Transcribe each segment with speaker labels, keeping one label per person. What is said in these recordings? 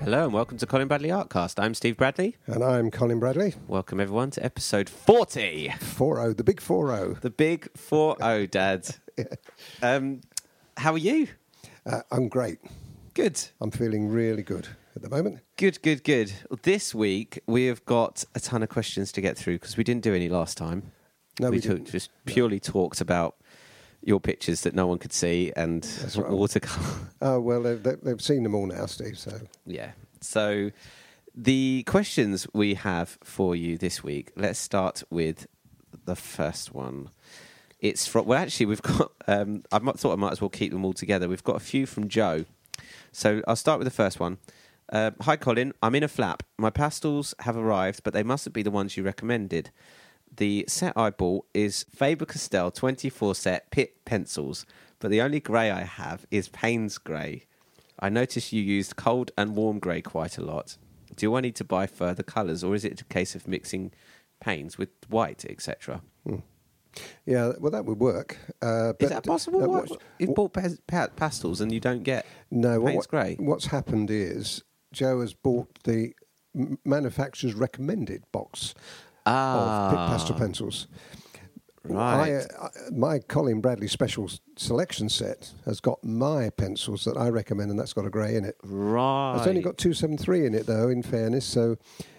Speaker 1: Hello and welcome to Colin Bradley Artcast. I'm Steve Bradley.
Speaker 2: And I'm Colin Bradley.
Speaker 1: Welcome everyone to episode 40.
Speaker 2: 4 the big oh. 4
Speaker 1: The big 40, Dad. um, how are you?
Speaker 2: Uh, I'm great.
Speaker 1: Good.
Speaker 2: I'm feeling really good at the moment.
Speaker 1: Good, good, good. This week we have got a ton of questions to get through because we didn't do any last time.
Speaker 2: No, we
Speaker 1: took-
Speaker 2: didn't.
Speaker 1: just purely talked about your pictures that no one could see and
Speaker 2: right.
Speaker 1: watercolor.
Speaker 2: Oh, well, they've, they've- they've seen them all now, Steve, so
Speaker 1: Yeah. So the questions we have for you this week, let's start with the first one. It's from, well, actually, we've got, um, I might, thought I might as well keep them all together. We've got a few from Joe. So I'll start with the first one. Uh, Hi, Colin. I'm in a flap. My pastels have arrived, but they mustn't be the ones you recommended. The set I bought is Faber Castell 24 set pit pencils, but the only grey I have is Payne's grey. I noticed you used cold and warm grey quite a lot. Do I need to buy further colours, or is it a case of mixing paints with white, etc.?
Speaker 2: yeah, well, that would work. Uh,
Speaker 1: Is that possible?
Speaker 2: uh,
Speaker 1: What-
Speaker 2: what's- Uh,
Speaker 1: You've bought pas- pa- pastels and you don't get
Speaker 2: no, well,
Speaker 1: paints
Speaker 2: what,
Speaker 1: grey.
Speaker 2: what's happened is Joe has bought the m- manufacturer's recommended box of pit
Speaker 1: Ah.
Speaker 2: pastel pencils.
Speaker 1: Right.
Speaker 2: I, uh, I- my Colin Bradley special s- selection set has got my pencils that I recommend, and that's got a grey in it.
Speaker 1: Right.
Speaker 2: It's only got 273 in it, though, in fairness. So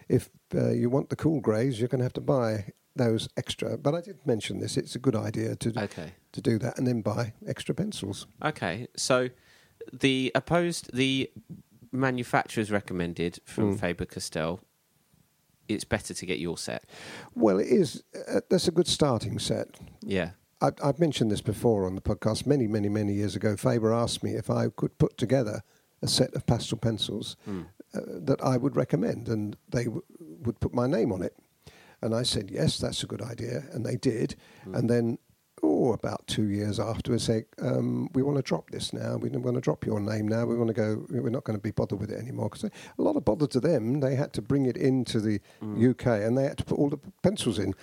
Speaker 2: if uh, you want the cool greys, you're going to have to buy those extra. But I did mention this. It's a good idea to,
Speaker 1: Okay.
Speaker 2: to do that and then buy extra pencils.
Speaker 1: Okay, so the opposed the manufacturers recommended
Speaker 2: Hmm.
Speaker 1: from Faber Castell. It's better to get your set.
Speaker 2: Well, it is. Uh, that's a good starting set.
Speaker 1: Yeah.
Speaker 2: I, I've mentioned this before on the podcast many, many, many years ago. Faber asked me if I could put together a set of pastel pencils
Speaker 1: Hmm.
Speaker 2: uh, that I would recommend, and they w- would put my name on it. And I said, yes, that's a good idea. And they did. And then, oh, about two years afterwards, they um, we want to drop this now. We don't want to drop your name now. We want to go, we're not going to be bothered with it anymore. Because a lot of bother to them. They had to bring it into the UK and they had to put all the p- pencils in.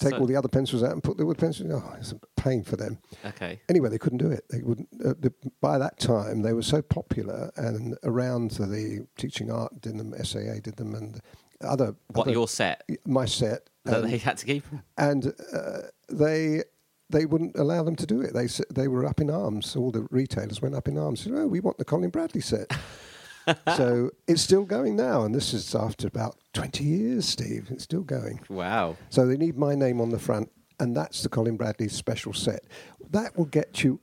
Speaker 2: Take
Speaker 1: So-
Speaker 2: all the other pencils out and put the wood pencils. in. Oh, it's a pain for them.
Speaker 1: Okay.
Speaker 2: Anyway, they couldn't do it. They wouldn't. Uh, the, by that time, they were so popular and around to the teaching art did them, SAA did them, and other.
Speaker 1: What
Speaker 2: other-
Speaker 1: your set
Speaker 2: my set,
Speaker 1: that
Speaker 2: um,
Speaker 1: they had to keep?
Speaker 2: and uh, they they wouldn't allow them to do it. They s- they were up in arms. All the retailers went up in arms. Said, "Oh, we want the Colin Bradley set." so it's still going now, and this is after about twenty years, Steve. It's still going.
Speaker 1: Wow.
Speaker 2: So they need my name on the front, and that's the Colin Bradley special set. That will get you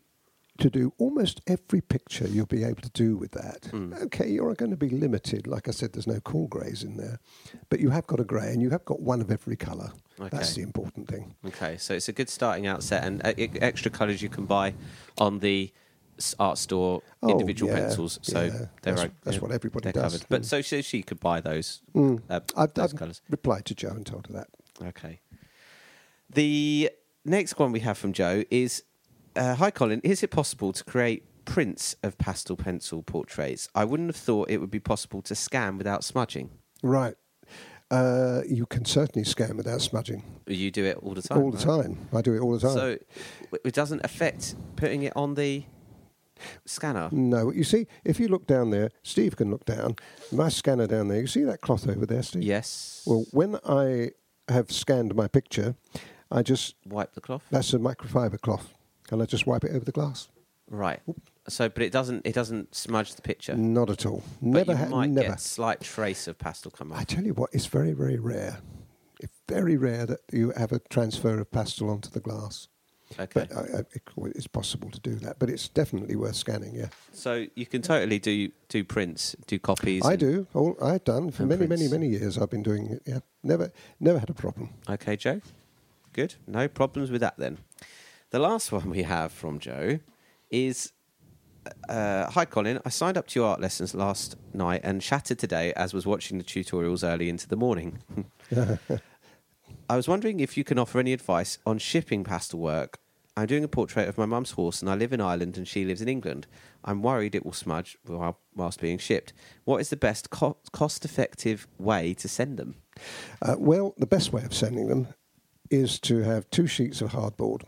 Speaker 2: to do almost every picture you'll be able to do with that.
Speaker 1: Hmm.
Speaker 2: Okay, you're going to be limited. Like I said, there's no cool greys in there, but you have got a grey and you have got one of every colour. That's
Speaker 1: Okay.
Speaker 2: the important thing.
Speaker 1: Okay, so it's a good starting out set and uh, e- extra colours you can buy on the s- art store
Speaker 2: Oh,
Speaker 1: individual
Speaker 2: yeah,
Speaker 1: pencils. So
Speaker 2: yeah.
Speaker 1: they're
Speaker 2: That's-
Speaker 1: o-
Speaker 2: that's
Speaker 1: they're-
Speaker 2: what everybody
Speaker 1: they're
Speaker 2: does. Mm.
Speaker 1: Covered. But so she, she could buy those uh,
Speaker 2: I've,
Speaker 1: those
Speaker 2: I've
Speaker 1: colours.
Speaker 2: replied to Joe and told her that.
Speaker 1: Okay. The next one we have from Joe is uh, Hi, Colin. Is it possible to create prints of pastel pencil portraits? I wouldn't have thought it would be possible to scan without smudging.
Speaker 2: Right. Uh, you can certainly scan without smudging
Speaker 1: You do it all the time.
Speaker 2: all the
Speaker 1: right?
Speaker 2: time. I do it all the time.
Speaker 1: So it- it doesn't affect putting it on the scanner.
Speaker 2: No, you see, if you look down there, Steve can look down. My scanner down there. You see that cloth over there, Steve?
Speaker 1: Yes.
Speaker 2: Well, when I have scanned my picture, I just
Speaker 1: wipe the cloth.
Speaker 2: that's a microfiber cloth, and I just wipe it over the glass.
Speaker 1: Right. So, but it doesn't. It doesn't smudge the picture.
Speaker 2: Not at all.
Speaker 1: but
Speaker 2: Never.
Speaker 1: you
Speaker 2: ha-
Speaker 1: might
Speaker 2: never.
Speaker 1: get slight trace of pastel come
Speaker 2: I
Speaker 1: off.
Speaker 2: tell you what, it's very, very rare. It's very rare that you have a transfer of pastel onto the glass.
Speaker 1: Okay.
Speaker 2: But I, I, it's possible to do that. But it's definitely worth scanning. Yeah,
Speaker 1: So you can totally do do prints, do copies.
Speaker 2: I
Speaker 1: and-
Speaker 2: do. All I've done for
Speaker 1: And
Speaker 2: many, many,
Speaker 1: prints.
Speaker 2: many years. I've been doing it. Yeah, never, never had a problem.
Speaker 1: Okay, Joe. Good. No problems with that then. The last one we have from Joe is uh, Hi, Colin. I signed up to your art lessons last night and shattered today as was watching the tutorials early into the morning. I was wondering if you can offer any advice on shipping pastel work. I'm doing a portrait of my mum's horse and I live in Ireland and she lives in England. I'm worried it will smudge while, whilst being shipped. What is the best co- cost effective way to send them?
Speaker 2: Uh, well, the best way of sending them is to have two sheets of hardboard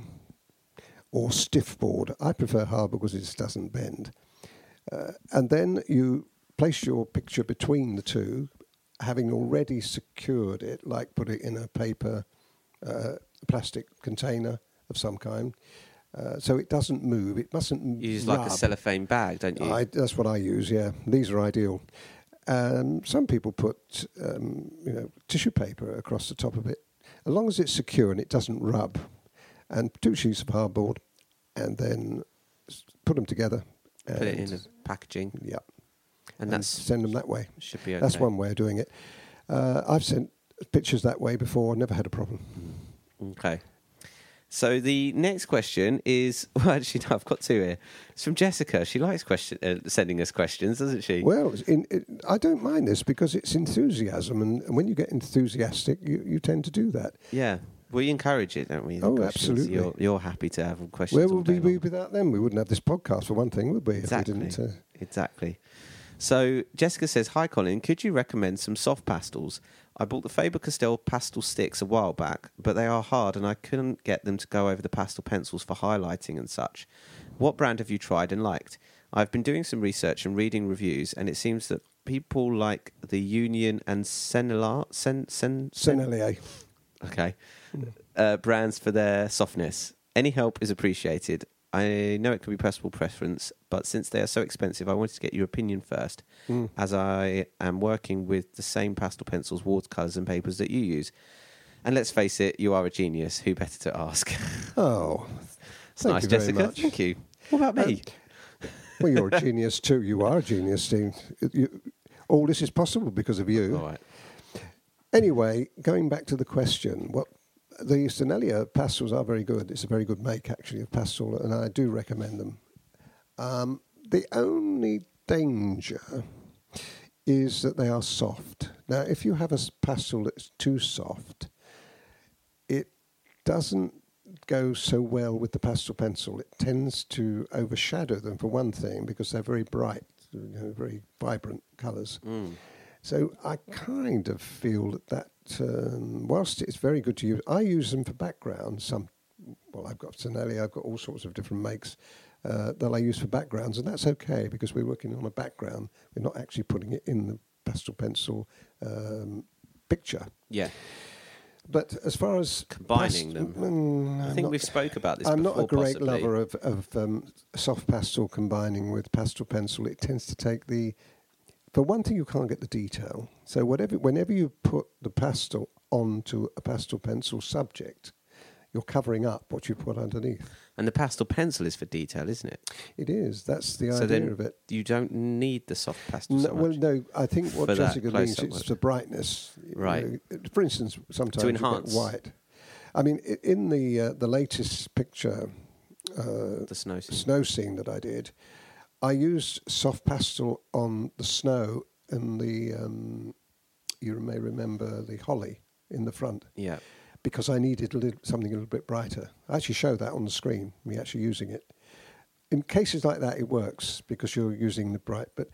Speaker 2: or stiff board. I prefer hardboard because it doesn't bend. Uh, and then you place your picture between the two, having already secured it, like put it in a paper, uh, plastic container of some kind, uh, so it doesn't move. It mustn't.
Speaker 1: You use
Speaker 2: rub.
Speaker 1: like a cellophane bag, don't you?
Speaker 2: I, that's what I use. Yeah, these are ideal. Um, some people put um, you know tissue paper across the top of it, as long as it's secure and it doesn't rub. And two sheets of hardboard, and then s- put them together.
Speaker 1: Put it in
Speaker 2: and-
Speaker 1: the packaging,
Speaker 2: yeah,
Speaker 1: and that's
Speaker 2: send them that way.
Speaker 1: should be okay.
Speaker 2: That's one way of doing it. Uh, I've sent pictures that way before. Never had a problem.
Speaker 1: Okay. So the next question is well, actually no, I've got two here. It's from Jessica. She likes question uh, sending us questions, doesn't she?
Speaker 2: Well, it's in, it, I don't mind this because it's enthusiasm, and, and when you get enthusiastic, you, you tend to do that.
Speaker 1: yeah, we encourage it, don't we? the
Speaker 2: Oh,
Speaker 1: questions?
Speaker 2: absolutely.
Speaker 1: You're, you're happy to have questions.
Speaker 2: Where
Speaker 1: all
Speaker 2: would we
Speaker 1: day
Speaker 2: be
Speaker 1: long.
Speaker 2: without them? We wouldn't have this podcast for one thing, would we?
Speaker 1: Exactly.
Speaker 2: If we didn't, uh,
Speaker 1: Exactly. So Jessica says, "Hi, Colin. Could you recommend some soft pastels? I bought the Faber Castell pastel sticks a while back, but they are hard, and I couldn't get them to go over the pastel pencils for highlighting and such. What brand have you tried and liked? I've been doing some research and reading reviews, and it seems that people like the Union and Senelar, Sen, Sen, Sen,
Speaker 2: Sennelier.
Speaker 1: okay,
Speaker 2: Hmm.
Speaker 1: uh, brands for their softness. Any help is appreciated. I know it can be personal preference, but since they are so expensive, I wanted to get your opinion first,
Speaker 2: Hmm.
Speaker 1: as I am working with the same pastel pencils, watercolors, and papers that you use. And let's face it, you are a genius. Who better to ask?
Speaker 2: Oh,
Speaker 1: It's
Speaker 2: thank
Speaker 1: nice,
Speaker 2: you very
Speaker 1: Jessica.
Speaker 2: much. Uh,
Speaker 1: Thank you. What about me?
Speaker 2: Well, you're a genius too. You are a genius, Steve. You, all this is possible because of you.
Speaker 1: All right.
Speaker 2: Anyway, going back to the question, what the Sennelier pastels are very good. It's a very good make actually of pastel, and I do recommend them. Um, the only danger is that they are soft. Now, if you have a s- pastel that's too soft, it doesn't go so well with the pastel pencil. It tends to overshadow them for one thing because they're very bright, you know, very vibrant colours.
Speaker 1: Hmm.
Speaker 2: So I kind of feel that that, um, whilst it's very good to use, I use them for backgrounds. Some, well, I've got Sennelier, I've got all sorts of different makes uh, that I use for backgrounds, and that's okay because we're working on a background. We're not actually putting it in the pastel pencil um, picture.
Speaker 1: Yeah.
Speaker 2: But as far as
Speaker 1: Combining them.
Speaker 2: mm,
Speaker 1: I
Speaker 2: I'm
Speaker 1: think
Speaker 2: not-
Speaker 1: we've spoke about this
Speaker 2: I'm
Speaker 1: before,
Speaker 2: not a great
Speaker 1: possibly.
Speaker 2: lover of, of um, soft pastel combining with pastel pencil. It tends to take the. For one thing, you can't get the detail. So whatever, whenever you put the pastel onto a pastel pencil subject, you're covering up what you put underneath.
Speaker 1: And the pastel pencil is for detail, isn't it?
Speaker 2: It is. That's the
Speaker 1: so
Speaker 2: idea
Speaker 1: then
Speaker 2: of it.
Speaker 1: you don't need the soft pastel.
Speaker 2: No,
Speaker 1: so
Speaker 2: well,
Speaker 1: much.
Speaker 2: no, I think what
Speaker 1: For that
Speaker 2: Jessica means
Speaker 1: close-up
Speaker 2: is
Speaker 1: work.
Speaker 2: the brightness. you
Speaker 1: Right.
Speaker 2: know. for instance, sometimes you get
Speaker 1: enhance.
Speaker 2: white. I mean, i- in the uh, the latest picture, uh,
Speaker 1: the snow. scene.
Speaker 2: snow scene that I did, I used soft pastel on the snow and the, um, you may remember the holly in the front
Speaker 1: Yeah.
Speaker 2: because I needed a little, something a little bit brighter. I actually show that on the screen, me actually using it. In cases like that, it works because you're using the bright. But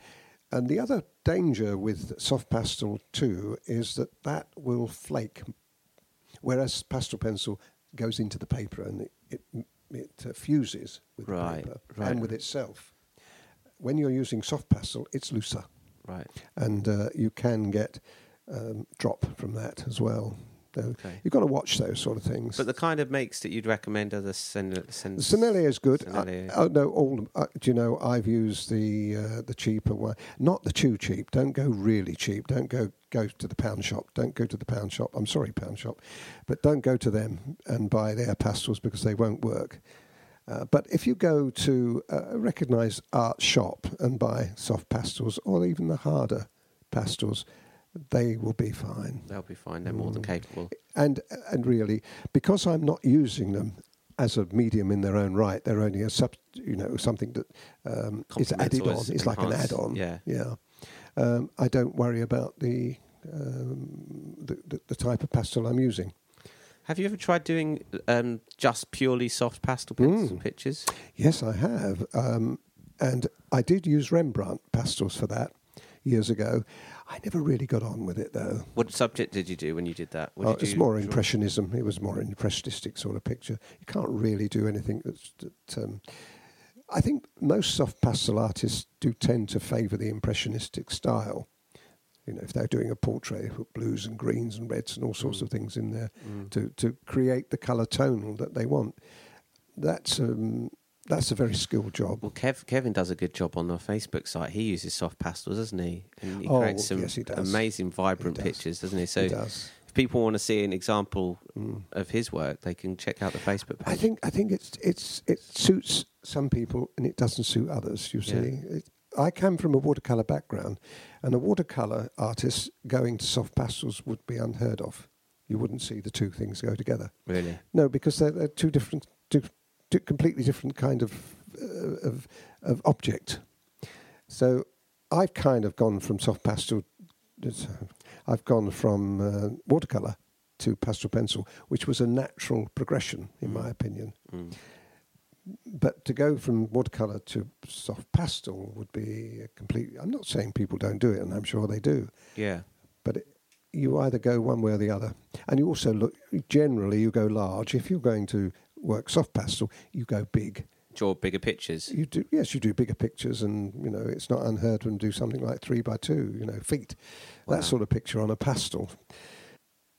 Speaker 2: and the other danger with soft pastel too is that that will flake, whereas pastel pencil goes into the paper and it it, it uh, fuses with
Speaker 1: Right,
Speaker 2: the paper
Speaker 1: right.
Speaker 2: and with itself. When you're using soft pastel, it's looser
Speaker 1: Right.
Speaker 2: and uh, you can get um, drop from that as well. So
Speaker 1: Okay.
Speaker 2: You've got to watch those sort of things.
Speaker 1: But the kind of makes that you'd recommend are the sen- sen-
Speaker 2: Sennelier is good.
Speaker 1: Sennelier.
Speaker 2: I, I know all. Uh, do you know? I've used the uh, the cheaper one, not the too cheap. Don't go really cheap. Don't go go to the pound shop. Don't go to the pound shop. I'm sorry, pound shop, but don't go to them and buy their pastels because they won't work. Uh, but if you go to a recognised art shop and buy soft pastels or even the harder pastels, they will be fine
Speaker 1: They'll be fine. They're more than
Speaker 2: Mm.
Speaker 1: capable.
Speaker 2: and and really because I'm not using them as a medium in their own right, they're only a sub, you know, something that um, is
Speaker 1: Complements
Speaker 2: added
Speaker 1: or
Speaker 2: on.
Speaker 1: is
Speaker 2: It's like an
Speaker 1: enhanced,
Speaker 2: add-on.
Speaker 1: yeah.
Speaker 2: yeah. Um, I don't worry about the, um, the, the the type of pastel I'm using.
Speaker 1: Have you ever tried doing um, just purely soft pastel pencil
Speaker 2: Mm.
Speaker 1: pictures?
Speaker 2: Yes, I have. Um, and I did use Rembrandt pastels for that years ago. I never really got on with it though.
Speaker 1: What subject did you do when you did that? What
Speaker 2: Oh,
Speaker 1: did
Speaker 2: it's
Speaker 1: you
Speaker 2: more
Speaker 1: draw?
Speaker 2: impressionism. It was more impressionistic sort of picture. You can't really do anything that's that. Um, I think most soft pastel artists do tend to favour the impressionistic style. You know, if they're doing a portrait, they put blues and greens and reds and all sorts
Speaker 1: Hmm.
Speaker 2: of things in there
Speaker 1: Mm.
Speaker 2: to, to create the colour tonal that they want. That's um, that's a very skilled job.
Speaker 1: Well, Kev, Kevin does a good job on our Facebook site. He uses soft pastels, doesn't he? And he
Speaker 2: Oh,
Speaker 1: creates some
Speaker 2: yes, he does.
Speaker 1: amazing, vibrant
Speaker 2: He does.
Speaker 1: pictures, doesn't he? So
Speaker 2: it does. Mm.
Speaker 1: if people want to see an example of his work, they can check out the Facebook page.
Speaker 2: I think I think it's it's it suits some people and it doesn't suit others. You see,
Speaker 1: Yeah.
Speaker 2: it, I come from a watercolor background, and a watercolor artist going to soft pastels would be unheard of. You wouldn't see the two things go together.
Speaker 1: really.
Speaker 2: No, because they're, they're two different, two, two completely different kind of, uh, of of object. So I've kind of gone from soft pastel. it's- uh, I've gone from uh, watercolor to pastel pencil, which was a natural progression, in my opinion.
Speaker 1: Mm.
Speaker 2: But to go from watercolor to soft pastel would be a complete. I'm not saying people don't do it, and I'm sure they do
Speaker 1: Yeah.
Speaker 2: but it, you either go one way or the other. And you also look generally you go large. If you're going to work soft pastel, you go big.
Speaker 1: Draw bigger pictures.
Speaker 2: You do yes, you do bigger pictures, and you know it's not unheard of to do something like three by two, you know, feet,
Speaker 1: Wow.
Speaker 2: that sort of picture on a pastel.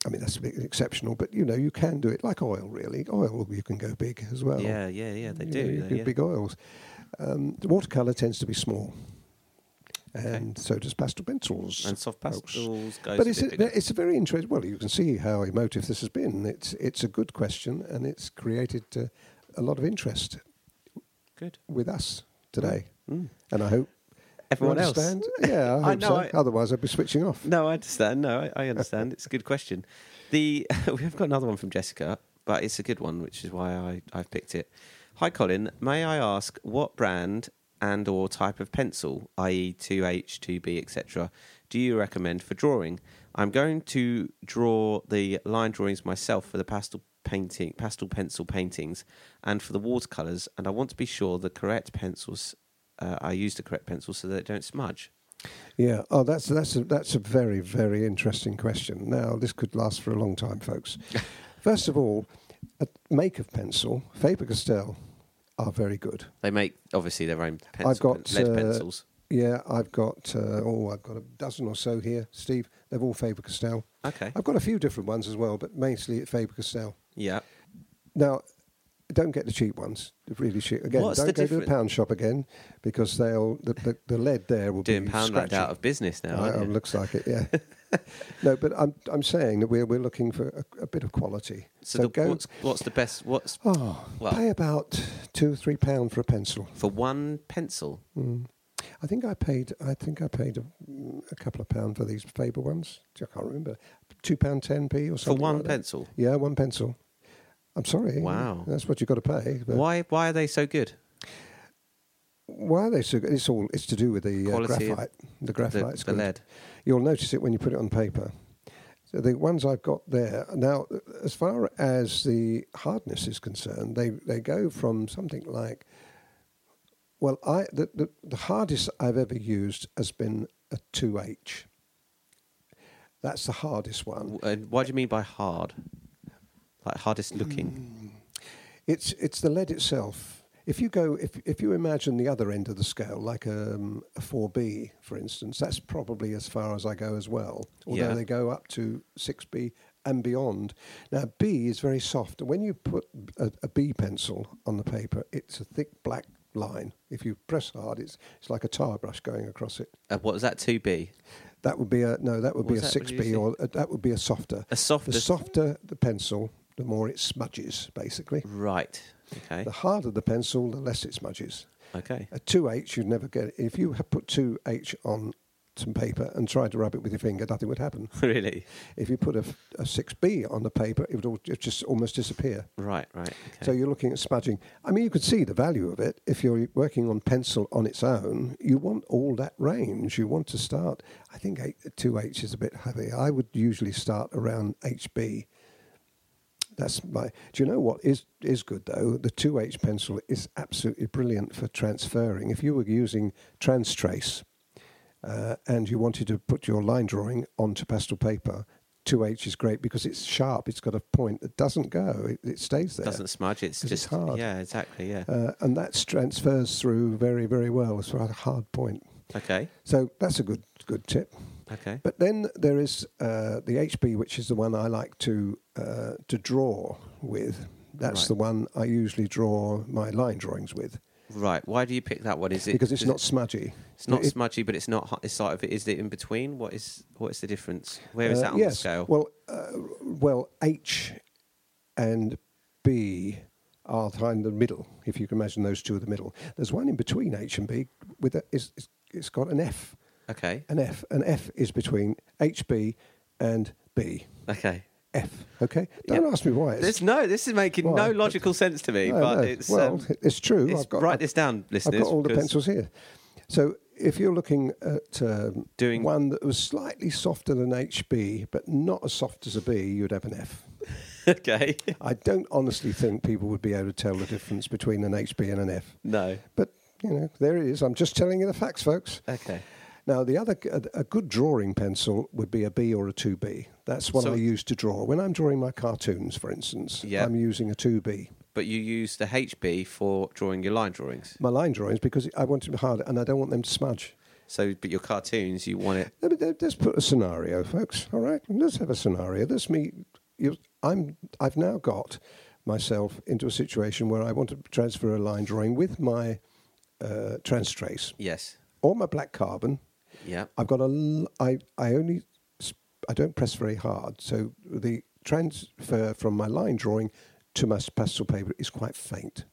Speaker 2: I mean that's a bit exceptional, but you know you can do it like oil. Really, oil you can go big as well.
Speaker 1: yeah, yeah, yeah. They
Speaker 2: You
Speaker 1: do.
Speaker 2: know, you
Speaker 1: they-
Speaker 2: do
Speaker 1: yeah.
Speaker 2: big oils. Um, the watercolor tends to be small, and so does pastel pencils.
Speaker 1: and soft
Speaker 2: folks.
Speaker 1: pastels goes.
Speaker 2: But
Speaker 1: a
Speaker 2: it's
Speaker 1: bit
Speaker 2: a,
Speaker 1: bigger.
Speaker 2: it's a very interesting. Well, you can see how emotive this has been. It's it's a good question, and it's created uh, a lot of interest
Speaker 1: good.
Speaker 2: with us today.
Speaker 1: Mm.
Speaker 2: And I hope you
Speaker 1: Everyone else.
Speaker 2: understand. Yeah, I hope
Speaker 1: I know,
Speaker 2: so.
Speaker 1: I-
Speaker 2: Otherwise, I'd be switching off.
Speaker 1: No, I understand. No, I, I understand. it's a good question. The we have got another one from Jessica, but it's a good one, which is why I I've picked it. Hi, Colin. May I ask what brand and or type of pencil, i.e., two H, two B, etc., do you recommend for drawing? I'm going to draw the line drawings myself for the pastel painting, pastel pencil paintings, and for the watercolors, and I want to be sure the correct pencils. Uh, I use the correct pencils so that they don't smudge.
Speaker 2: Yeah. Oh, that's that's a, that's a very very interesting question. Now, this could last for a long time, folks. First of all, a make of pencil, Faber Castell are very good.
Speaker 1: They make obviously their own pencil,
Speaker 2: I've got,
Speaker 1: lead
Speaker 2: uh,
Speaker 1: pencils.
Speaker 2: Yeah, I've got uh, oh, I've got a dozen or so here, Steve. They've all Faber Castell.
Speaker 1: Okay.
Speaker 2: I've got a few different ones as well, but mostly at Faber Castell.
Speaker 1: Yeah.
Speaker 2: Now, don't get the cheap ones. the Really cheap. Again,
Speaker 1: What's
Speaker 2: don't
Speaker 1: the
Speaker 2: go to
Speaker 1: difference?
Speaker 2: the pound shop again because they'll the, the, the lead there will
Speaker 1: Doing
Speaker 2: be
Speaker 1: Poundland
Speaker 2: scratching.
Speaker 1: out of business now.
Speaker 2: I-
Speaker 1: aren't
Speaker 2: um,
Speaker 1: you?
Speaker 2: looks like it, yeah. no, but I'm I'm saying that we're we're looking for a, a bit of quality.
Speaker 1: so the, what's, what's the best? What's
Speaker 2: oh,
Speaker 1: well-
Speaker 2: pay about two three pound for a pencil.
Speaker 1: for one pencil?
Speaker 2: Mm. I think I paid. I think I paid a, a couple of pound for these Faber ones. I can't remember. Two pound ten p or
Speaker 1: For
Speaker 2: something.
Speaker 1: one
Speaker 2: like that.
Speaker 1: pencil.
Speaker 2: Yeah, one pencil. I'm sorry.
Speaker 1: Wow.
Speaker 2: That's what you've got to pay. but
Speaker 1: Why? Why are they so good?
Speaker 2: Why are they so good? It's all. It's to do with the uh,
Speaker 1: Quality of
Speaker 2: graphite. The
Speaker 1: The,
Speaker 2: graphite's
Speaker 1: the
Speaker 2: good.
Speaker 1: lead.
Speaker 2: You'll notice it when you put it on paper. So the ones I've got there now, as far as the hardness is concerned, they they go from something like. Well, I the, the, the hardest I've ever used has been a two H. That's the hardest one.
Speaker 1: W- And what do you mean by hard? Like hardest looking.
Speaker 2: Hmm. It's it's the lead itself. If you go, if if you imagine the other end of the scale, like um, a four B, for instance, that's probably as far as I go as well. Although
Speaker 1: Yeah.
Speaker 2: they go up to six B and beyond. Now B is very soft. When you put a, a B pencil on the paper, it's a thick black line. If you press hard, it's it's like a tar brush going across it.
Speaker 1: Uh, what was that? Two B.
Speaker 2: That would be a no. That would
Speaker 1: What's
Speaker 2: be a
Speaker 1: that? What
Speaker 2: six
Speaker 1: do you
Speaker 2: B,
Speaker 1: think?
Speaker 2: or a, that would be a softer.
Speaker 1: A soft.
Speaker 2: The softer the pencil, the more it smudges, basically.
Speaker 1: right. Okay.
Speaker 2: The harder the pencil, the less it smudges.
Speaker 1: Okay.
Speaker 2: A 2H, you'd never get it. If you had put 2H on some paper and tried to rub it with your finger, nothing would happen.
Speaker 1: really.
Speaker 2: If you put a, a 6B on the paper, it would all, it just almost disappear.
Speaker 1: Right. Right. Okay.
Speaker 2: So you're looking at smudging. I mean, you could see the value of it. If you're working on pencil on its own, you want all that range. You want to start, I think eight, 2H is a bit heavy. I would usually start around HB. That's my. Do you know what is is good though? The two H pencil is absolutely brilliant for transferring. If you were using Transtrace uh, and you wanted to put your line drawing onto pastel paper, 2H is great because it's sharp. It's got a point that doesn't go. It, it stays there.
Speaker 1: Doesn't smudge. It's
Speaker 2: 'Cause
Speaker 1: just
Speaker 2: it's hard.
Speaker 1: yeah, exactly. Yeah.
Speaker 2: Uh, and that transfers through very, very well. It's a hard point.
Speaker 1: okay.
Speaker 2: So that's a good, good tip.
Speaker 1: Okay.
Speaker 2: But then there is uh, the HB, which is the one I like to uh, to draw with. That's
Speaker 1: Right.
Speaker 2: the one I usually draw my line drawings with
Speaker 1: Right. Why do you pick that one? Is it
Speaker 2: because it's
Speaker 1: does
Speaker 2: not
Speaker 1: It,
Speaker 2: smudgy.
Speaker 1: it's not
Speaker 2: It-
Speaker 1: smudgy, but it's not. hot- It's sort of. Is it in between? What is? What is the difference? Where is
Speaker 2: Uh,
Speaker 1: that on
Speaker 2: yes.
Speaker 1: the scale?
Speaker 2: Well, uh, well, H and B are kind of the middle. If you can imagine those two are the middle. There's one in between H and B with a, is, is, it's got an F.
Speaker 1: okay.
Speaker 2: An F. An F is between HB and B.
Speaker 1: Okay.
Speaker 2: F. Okay. Don't
Speaker 1: Yep.
Speaker 2: ask me why. It's
Speaker 1: There's no. This is making
Speaker 2: Why?
Speaker 1: no logical sense to me.
Speaker 2: No,
Speaker 1: but
Speaker 2: no.
Speaker 1: it's
Speaker 2: well,
Speaker 1: um,
Speaker 2: it's true.
Speaker 1: it's-
Speaker 2: I've got,
Speaker 1: write
Speaker 2: I've,
Speaker 1: this down,
Speaker 2: I've
Speaker 1: listeners.
Speaker 2: got all the
Speaker 1: 'cause-
Speaker 2: pencils here. So if you're looking at um,
Speaker 1: Doing-
Speaker 2: one that was slightly softer than HB, but not as soft as a B, you'd have an F.
Speaker 1: Okay.
Speaker 2: I don't honestly think people would be able to tell the difference between an HB and an F.
Speaker 1: no.
Speaker 2: But you know, there it is. I'm just telling you the facts, folks.
Speaker 1: Okay.
Speaker 2: Now, the other a good drawing pencil would be a B or a two B. That's what
Speaker 1: So-
Speaker 2: I use to draw when I'm drawing my cartoons, for instance.
Speaker 1: Yeah.
Speaker 2: I'm using a two B.
Speaker 1: But you use the HB for drawing your line drawings.
Speaker 2: My line drawings because I want them hard and I don't want them to smudge.
Speaker 1: So, but your cartoons, you want it.
Speaker 2: Let me- let- Let's put a scenario, folks. All right, let's have a scenario. Let's me. You, I'm. I've now got myself into a situation where I want to transfer a line drawing with my uh, trans trace
Speaker 1: Yes.
Speaker 2: or my black carbon.
Speaker 1: Yeah.
Speaker 2: I've got a. l- I. I only. s- I don't press very hard, so the transfer from my line drawing to my s- pastel paper is quite faint.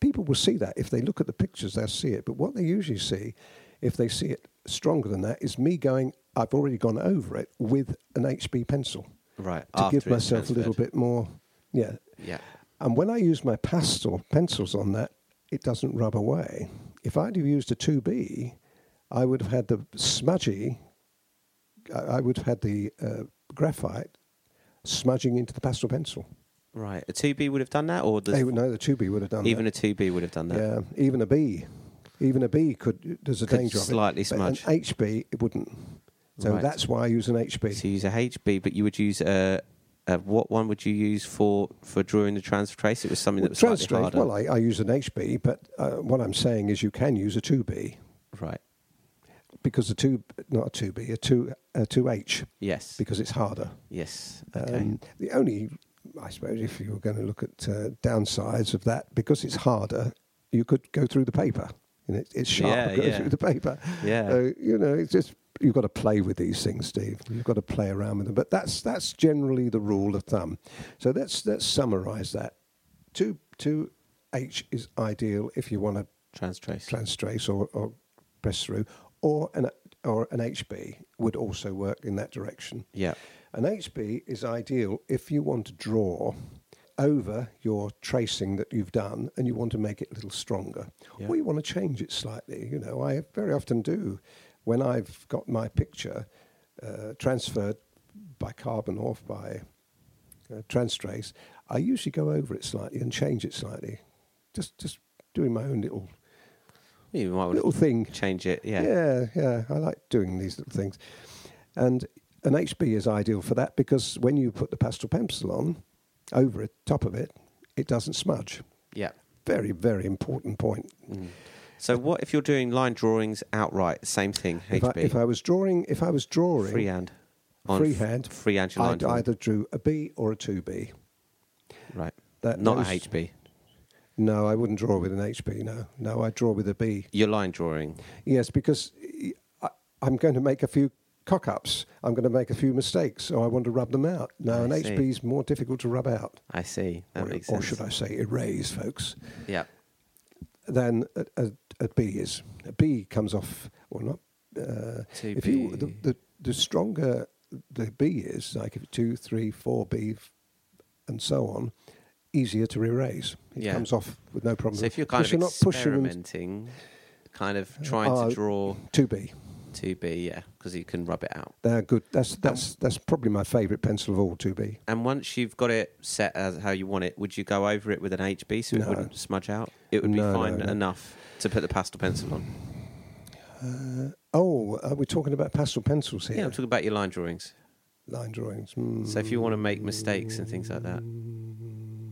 Speaker 2: People will see that if they look at the pictures, they'll see it. But what they usually see, if they see it stronger than that, is me going. I've already gone over it with an HB pencil
Speaker 1: Right.
Speaker 2: to
Speaker 1: after
Speaker 2: give
Speaker 1: it's
Speaker 2: myself a little
Speaker 1: transferred.
Speaker 2: bit more. Yeah,
Speaker 1: Yeah.
Speaker 2: and when I use my pastel pencils on that, it doesn't rub away. If I'd have used a 2B, I would have had the smudgy, I I would have had the uh, graphite smudging into the pastel pencil.
Speaker 1: Right. A two B would have done that, or does
Speaker 2: They would, no, the 2B would have done
Speaker 1: even
Speaker 2: that.
Speaker 1: a two B would have done that.
Speaker 2: yeah, even a B. Even a B could, there's a
Speaker 1: Could
Speaker 2: danger of it.
Speaker 1: slightly
Speaker 2: But
Speaker 1: smudge.
Speaker 2: An HB, it wouldn't. So
Speaker 1: Right.
Speaker 2: that's why I use an HB.
Speaker 1: So you use a HB, but you would use a, a what one would you use for for drawing the transfer trace? It was something that was
Speaker 2: Well,
Speaker 1: slightly
Speaker 2: translate-
Speaker 1: harder.
Speaker 2: well I, I use an HB, but uh, what I'm saying is you can use a 2B.
Speaker 1: right.
Speaker 2: because the two not a two B a two a two H
Speaker 1: Yes.
Speaker 2: because it's harder.
Speaker 1: yes. Okay.
Speaker 2: Um, the only I suppose if you were going to look at uh, downsides of that because it's harder, you could go through the paper and it, it's sharper
Speaker 1: Yeah,
Speaker 2: going
Speaker 1: yeah.
Speaker 2: through the paper.
Speaker 1: yeah.
Speaker 2: So, you know, it's just you've got to play with these things, Steve. You've got to play around with them. But that's that's generally the rule of thumb. So let's let's summarise that. Two two H is ideal if you want to
Speaker 1: trans trace.
Speaker 2: trans trace or, or press through, or an or an HB would also work in that direction.
Speaker 1: yeah.
Speaker 2: An HB is ideal if you want to draw over your tracing that you've done and you want to make it a little stronger,
Speaker 1: Yeah.
Speaker 2: or you want to change it slightly. You know, I very often do when I've got my picture uh, transferred by carbon or by uh, transtrace. I usually go over it slightly and change it slightly, just just doing my own little
Speaker 1: You might want
Speaker 2: little thing.
Speaker 1: to change it. Yeah.
Speaker 2: Yeah, yeah. I like doing these little things. And an HB is ideal for that because when you put the pastel pencil on over it, top of it, it doesn't smudge.
Speaker 1: Yeah. Mm.
Speaker 2: Very, very important point.
Speaker 1: So what if you're doing line drawings outright? Same thing.
Speaker 2: If I,
Speaker 1: HB.
Speaker 2: if I was drawing, if I was drawing,
Speaker 1: freehand. On
Speaker 2: Freehand.
Speaker 1: F- freehand your line
Speaker 2: I'd
Speaker 1: drawing.
Speaker 2: either drew a B or a two B.
Speaker 1: Right.
Speaker 2: That-
Speaker 1: Not
Speaker 2: those-
Speaker 1: a HB.
Speaker 2: No, I wouldn't draw with an HB. No, no, I draw with a B.
Speaker 1: Your line drawing.
Speaker 2: Yes, because I, I'm going to make a few cock ups. I'm going to make a few mistakes, so I want to rub them out. Now,
Speaker 1: I
Speaker 2: an
Speaker 1: see.
Speaker 2: HB is more difficult to rub out.
Speaker 1: I see. That
Speaker 2: or,
Speaker 1: makes
Speaker 2: or
Speaker 1: sense.
Speaker 2: should I say erase, folks,
Speaker 1: Yeah.
Speaker 2: Then a, a, a B is. A B comes off, or not. Uh,
Speaker 1: Two
Speaker 2: if you the,
Speaker 1: B.
Speaker 2: the, the stronger the B is, like if two, three, four B, f- and so on, easier to erase. It
Speaker 1: Yeah.
Speaker 2: comes off with no problem.
Speaker 1: So if you're kind
Speaker 2: Because
Speaker 1: of
Speaker 2: not pushing them
Speaker 1: experimenting, kind of trying
Speaker 2: Uh,
Speaker 1: to draw
Speaker 2: to B.
Speaker 1: to be yeah, because you can rub it out.
Speaker 2: They're good. That's that's that's probably my favourite pencil of all. Two B.
Speaker 1: And once you've got it set as how you want it, would you go over it with an HB so it
Speaker 2: No.
Speaker 1: wouldn't smudge out? It would be
Speaker 2: No, no,
Speaker 1: fine
Speaker 2: no.
Speaker 1: enough to put the pastel pencil on.
Speaker 2: Uh, oh, are we talking about pastel pencils here?
Speaker 1: Yeah, I'm talking about your line drawings.
Speaker 2: line drawings. Hmm.
Speaker 1: So if you want to make mistakes and things like that,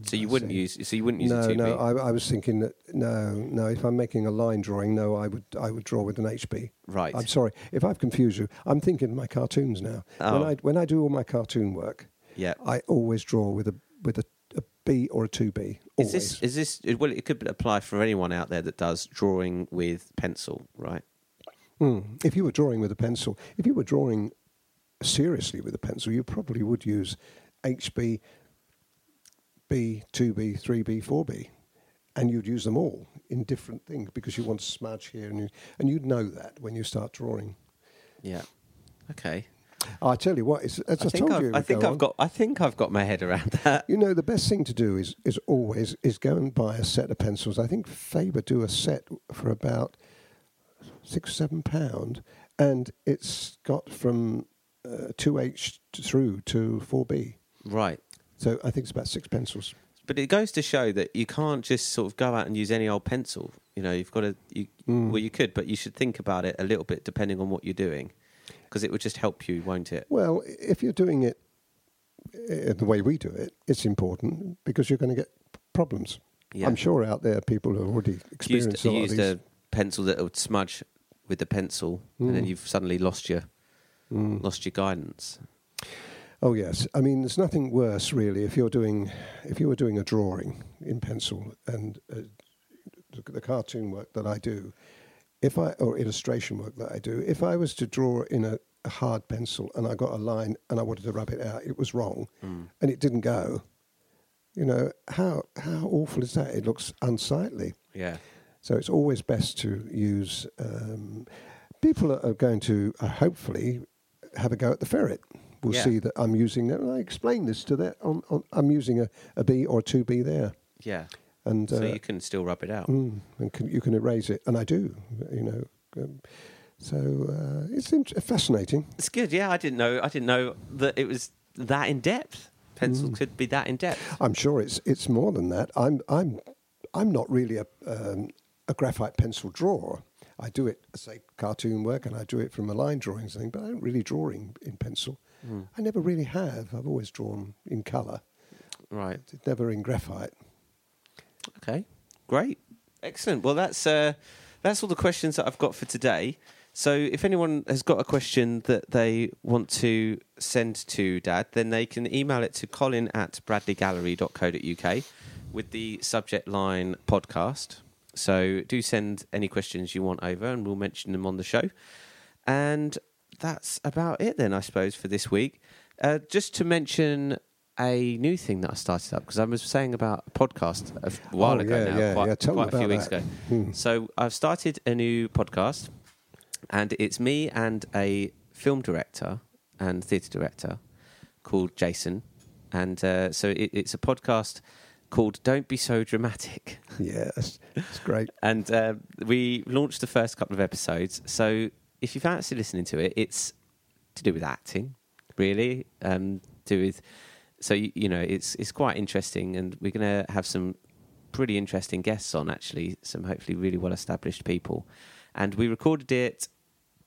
Speaker 1: so you wouldn't use so you wouldn't use
Speaker 2: no,
Speaker 1: a two
Speaker 2: no, I, I was thinking that no, no. If I'm making a line drawing, no, I would, I would draw with an HB.
Speaker 1: right?
Speaker 2: I'm sorry if I've confused you. I'm thinking of my cartoons now.
Speaker 1: Oh.
Speaker 2: When I when I do all my cartoon work,
Speaker 1: yeah.
Speaker 2: I always draw with a with a, a B or a two B.
Speaker 1: Is
Speaker 2: Always.
Speaker 1: this is this it- well? It could apply for anyone out there that does drawing with pencil, right?
Speaker 2: Mm. If you were drawing with a pencil, if you were drawing seriously with a pencil, you probably would use HB, B, 2B, 3B, 4B, and you'd use them all in different things because you want to smudge here, and, you, and you'd know that when you start drawing.
Speaker 1: Yeah. Okay.
Speaker 2: I tell you what, it's, as I,
Speaker 1: I think
Speaker 2: told
Speaker 1: I've,
Speaker 2: you, it
Speaker 1: I
Speaker 2: would
Speaker 1: think
Speaker 2: go
Speaker 1: I've
Speaker 2: on.
Speaker 1: got I think I've got my head around that.
Speaker 2: You know, the best thing to do is is always is go and buy a set of pencils. I think Faber do a set for about six seven pound, and it's got from uh, two H through to four B.
Speaker 1: Right.
Speaker 2: So I think it's about six pencils.
Speaker 1: But it goes to show that you can't just sort of go out and use any old pencil. You know, you've got to. You,
Speaker 2: Mm.
Speaker 1: Well, you could, but you should think about it a little bit depending on what you're doing, because it would just help you, won't it?
Speaker 2: Well, i- if you're doing it uh, the way we do it, it's important because you're going to get problems.
Speaker 1: Yeah.
Speaker 2: I'm sure out there people have already
Speaker 1: You used,
Speaker 2: experienced a
Speaker 1: you
Speaker 2: lot
Speaker 1: used
Speaker 2: of these.
Speaker 1: a pencil that would smudge with the pencil, and then
Speaker 2: Mm.
Speaker 1: you've suddenly lost your
Speaker 2: Mm.
Speaker 1: lost your guidance.
Speaker 2: Oh yes, I mean there's nothing worse really if you're doing if you were doing a drawing in pencil and uh, the, the cartoon work that I do, if I or illustration work that I do, if I was to draw in a, a hard pencil and I got a line and I wanted to rub it out, it was wrong,
Speaker 1: Mm.
Speaker 2: and it didn't go. You know how how awful is that? It looks unsightly.
Speaker 1: Yeah.
Speaker 2: So it's always best to use. Um, people are- are going to uh, hopefully have a go at the ferret. We'll
Speaker 1: Yeah.
Speaker 2: see that I'm using that. And I explained this to that. On, on, I'm using a, a B or two B there,
Speaker 1: Yeah.
Speaker 2: and
Speaker 1: So
Speaker 2: uh,
Speaker 1: you can still rub it out.
Speaker 2: mm, and can, you can erase it. And I do, you know. Um, so uh, it's int- fascinating.
Speaker 1: It's good. Yeah, I didn't know. I didn't know that it was that in depth. Pencil
Speaker 2: Mm.
Speaker 1: could be that in depth.
Speaker 2: I'm sure it's it's more than that. I'm I'm I'm not really a um, a graphite pencil drawer. I do it, say, cartoon work, and I do it from a line drawings thing. But I don't really draw in, in pencil. I never really have. I've always drawn in colour,
Speaker 1: Right.
Speaker 2: never in graphite.
Speaker 1: Okay. Great. Excellent. Well, that's uh, that's all the questions that I've got for today. So, if anyone has got a question that they want to send to Dad, then they can email it to colin at bradleygallery.co.uk with the subject line podcast. So, do send any questions you want over and we'll mention them on the show. And that's about it, then, I suppose, for this week. Uh, just to mention a new thing that I started up because I was saying about a podcast a f- while
Speaker 2: Oh,
Speaker 1: ago
Speaker 2: yeah,
Speaker 1: now,
Speaker 2: yeah,
Speaker 1: quite,
Speaker 2: yeah. Tell me
Speaker 1: quite a few
Speaker 2: about
Speaker 1: weeks
Speaker 2: that. Hmm.
Speaker 1: ago. So I've started a new podcast, and it's me and a film director and theatre director called Jason. And uh, so it, it's a podcast called Don't Be So Dramatic.
Speaker 2: Yeah, that's, that's great.
Speaker 1: And uh, we launched the first couple of episodes. So if you fancy listening to it, it's to do with acting, really. Um, do with so you, you know it's it's quite interesting, and we're going to have some pretty interesting guests on actually, some hopefully really well established people. And we recorded it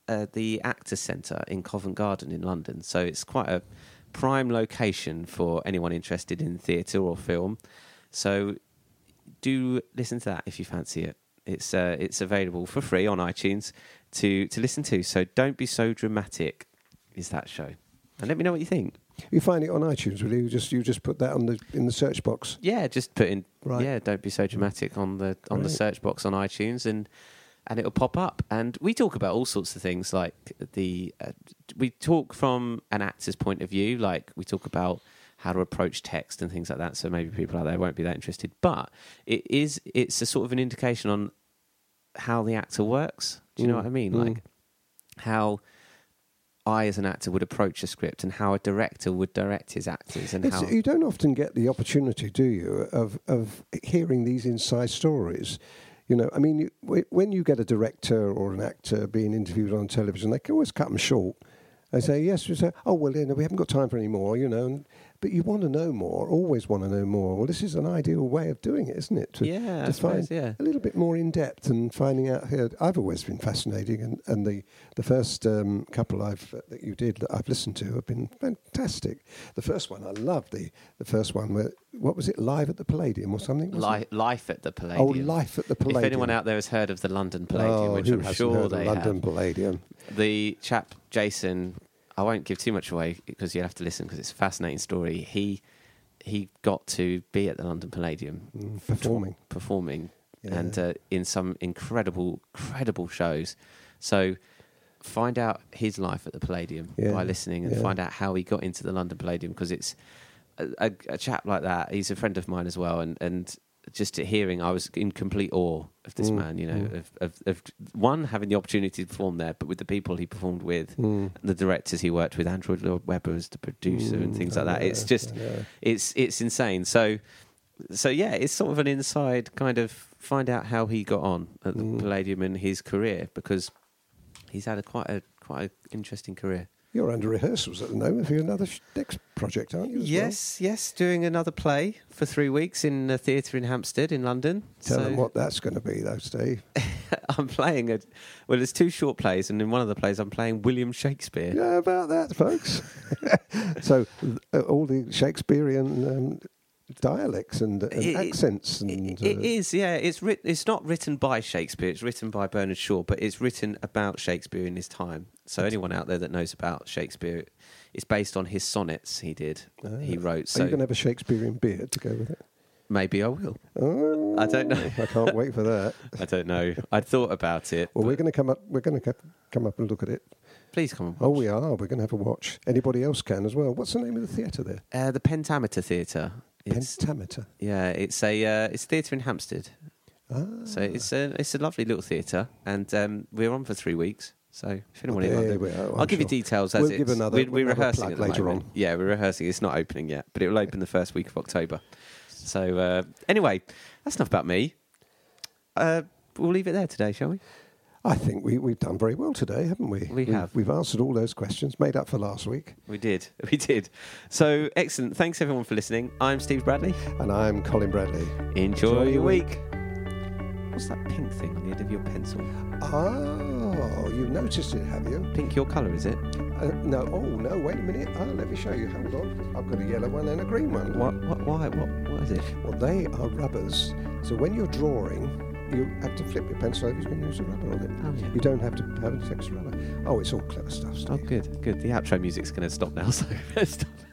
Speaker 1: at the Actors Centre in Covent Garden in London, so it's quite a prime location for anyone interested in theatre or film. So do listen to that if you fancy it. It's uh, it's available for free on iTunes to to listen to. So don't be so dramatic. Is that show? And let me know what you think.
Speaker 2: You find it on iTunes, really? You just you just put that on the in the search box.
Speaker 1: Yeah, just put in
Speaker 2: Right.
Speaker 1: yeah, don't be so dramatic on the on the
Speaker 2: Great.
Speaker 1: search box on iTunes and and it'll pop up. And we talk about all sorts of things like the uh, we talk from an actor's point of view, like we talk about how to approach text and things like that. So maybe people out there won't be that interested, but it is it's a sort of an indication on how the actor works. Do you know
Speaker 2: Mm,
Speaker 1: what I mean?
Speaker 2: mm.
Speaker 1: Like how I, as an actor, would approach a script, and how a director would direct his actors, and
Speaker 2: It's,
Speaker 1: how
Speaker 2: you don't often get the opportunity, do you, of of hearing these inside stories? You know, I mean, you- wh- when you get a director or an actor being interviewed on television, they can always cut them short. They say, "Yes," you say, "Oh well, you know, we haven't got time for any more," you know, and, But you want to know more, always want to know more. Well, this is an ideal way of doing it, isn't it? To,
Speaker 3: Yeah, I
Speaker 2: to
Speaker 3: suppose,
Speaker 2: find
Speaker 3: yeah.
Speaker 2: a little bit more in depth and finding out here. I've always been fascinating, and, and the the first um, couple I've that you did that I've listened to have been fantastic. The first one I loved the the first one where what was it live at the Palladium or something? wasn't
Speaker 1: Li-
Speaker 2: it?
Speaker 1: life at the Palladium.
Speaker 2: Oh, life at the Palladium.
Speaker 1: If anyone out there has heard of the London Palladium,
Speaker 2: Oh,
Speaker 1: which
Speaker 2: who
Speaker 1: I'm
Speaker 2: hasn't
Speaker 1: sure
Speaker 2: heard of
Speaker 1: they
Speaker 2: London
Speaker 1: have,
Speaker 2: Palladium.
Speaker 1: the chap Jason, I won't give too much away because you'll have to listen because it's a fascinating story. He he got to be at the London Palladium
Speaker 2: Mm, performing.
Speaker 1: performing
Speaker 2: Yeah.
Speaker 1: and uh, in some incredible, incredible shows. So find out his life at the Palladium
Speaker 2: Yeah.
Speaker 1: by listening and
Speaker 2: Yeah.
Speaker 1: find out how he got into the London Palladium because it's a, a, a chap like that. He's a friend of mine as well, and and just hearing, I was in complete awe of this
Speaker 2: Mm,
Speaker 1: man. You know,
Speaker 2: mm.
Speaker 1: of, of of one having the opportunity to perform there, but with the people he performed with,
Speaker 2: Mm.
Speaker 1: the directors he worked with, Andrew Lloyd Webber as the producer, and
Speaker 2: Mm,
Speaker 1: things
Speaker 2: I
Speaker 1: like that.
Speaker 2: know,
Speaker 1: It's just
Speaker 2: I know.
Speaker 1: it's it's insane. So so yeah, it's sort of an inside kind of find out how he got on at the
Speaker 2: Mm.
Speaker 1: Palladium in his career because he's had a quite a quite an interesting career.
Speaker 2: You're under rehearsals at the moment for your another sh- next project, aren't you? as well?
Speaker 3: Yes, yes, doing another play for three weeks in a theatre in Hampstead in London.
Speaker 2: Tell
Speaker 3: So
Speaker 2: them what that's going to be, though, Steve.
Speaker 3: I'm playing a
Speaker 1: Well, there's two short plays, and in one of the plays, I'm playing William Shakespeare.
Speaker 2: Yeah, about that, folks. so, uh, all the Shakespearean um, dialects and, and
Speaker 1: It- it-
Speaker 2: accents and
Speaker 1: It- it
Speaker 2: uh,
Speaker 1: is, yeah. It's writ- it's not written by Shakespeare. It's written by Bernard Shaw, but it's written about Shakespeare in his time. So anyone out there that knows about Shakespeare, it's based on his sonnets he did.
Speaker 2: Ah.
Speaker 1: He wrote.
Speaker 2: Are
Speaker 1: So
Speaker 2: you going to have a Shakespearean beard to go with it?
Speaker 1: maybe I will.
Speaker 2: Oh,
Speaker 1: I don't know.
Speaker 2: I can't wait for that.
Speaker 1: I don't know. I thought about it.
Speaker 2: Well,
Speaker 1: but
Speaker 2: we're going to come up. We're going to come up and look at it.
Speaker 1: please come on.
Speaker 2: Oh, we are. We're going to have a watch. Anybody else can as well. What's the name of the theatre there?
Speaker 1: Uh, the Pentameter Theatre. It's,
Speaker 2: Pentameter.
Speaker 1: yeah, it's a uh, it's theatre in Hampstead.
Speaker 2: Ah,
Speaker 1: So it's a it's a lovely little theatre, and um, we're on for three weeks. So if anyone in
Speaker 2: there
Speaker 1: London,
Speaker 2: we are,
Speaker 1: I'll
Speaker 2: I'm
Speaker 1: give you
Speaker 2: sure.
Speaker 1: details as
Speaker 2: We'll
Speaker 1: it's,
Speaker 2: give another-
Speaker 1: we're, we're
Speaker 2: another
Speaker 1: rehearsing
Speaker 2: plug
Speaker 1: at the
Speaker 2: later
Speaker 1: moment.
Speaker 2: on.
Speaker 1: Yeah, we're rehearsing. It's not opening yet, but it will open the first week of October. So uh, anyway, that's enough about me. Uh, we'll leave it there today, shall we?
Speaker 2: I think we, we've done very well today, haven't we?
Speaker 1: We have.
Speaker 2: We've answered all those questions, made up for last week.
Speaker 1: We did, we did. So excellent. Thanks everyone for listening. I'm Steve Bradley.
Speaker 2: And I'm Colin Bradley.
Speaker 1: Enjoy,
Speaker 2: Enjoy
Speaker 1: your
Speaker 2: your
Speaker 1: week. What's that pink thing on the end of your pencil?
Speaker 2: Oh, you've noticed it, have you?
Speaker 1: Pink your colour, is it?
Speaker 2: Uh, no, oh, no, wait a minute. Oh, let me show you. Hold on. I've got a yellow one and a green one.
Speaker 1: What? What? Why? What? What is it?
Speaker 2: Well, they are rubbers. So when you're drawing, you have to flip your pencil over, you can use a rubber on it.
Speaker 1: Oh, yeah.
Speaker 2: You don't have to have an extra rubber. Oh, it's all clever stuff,
Speaker 1: Oh,
Speaker 2: Steve.
Speaker 1: good, good. The outro music's going to stop now, so stop it.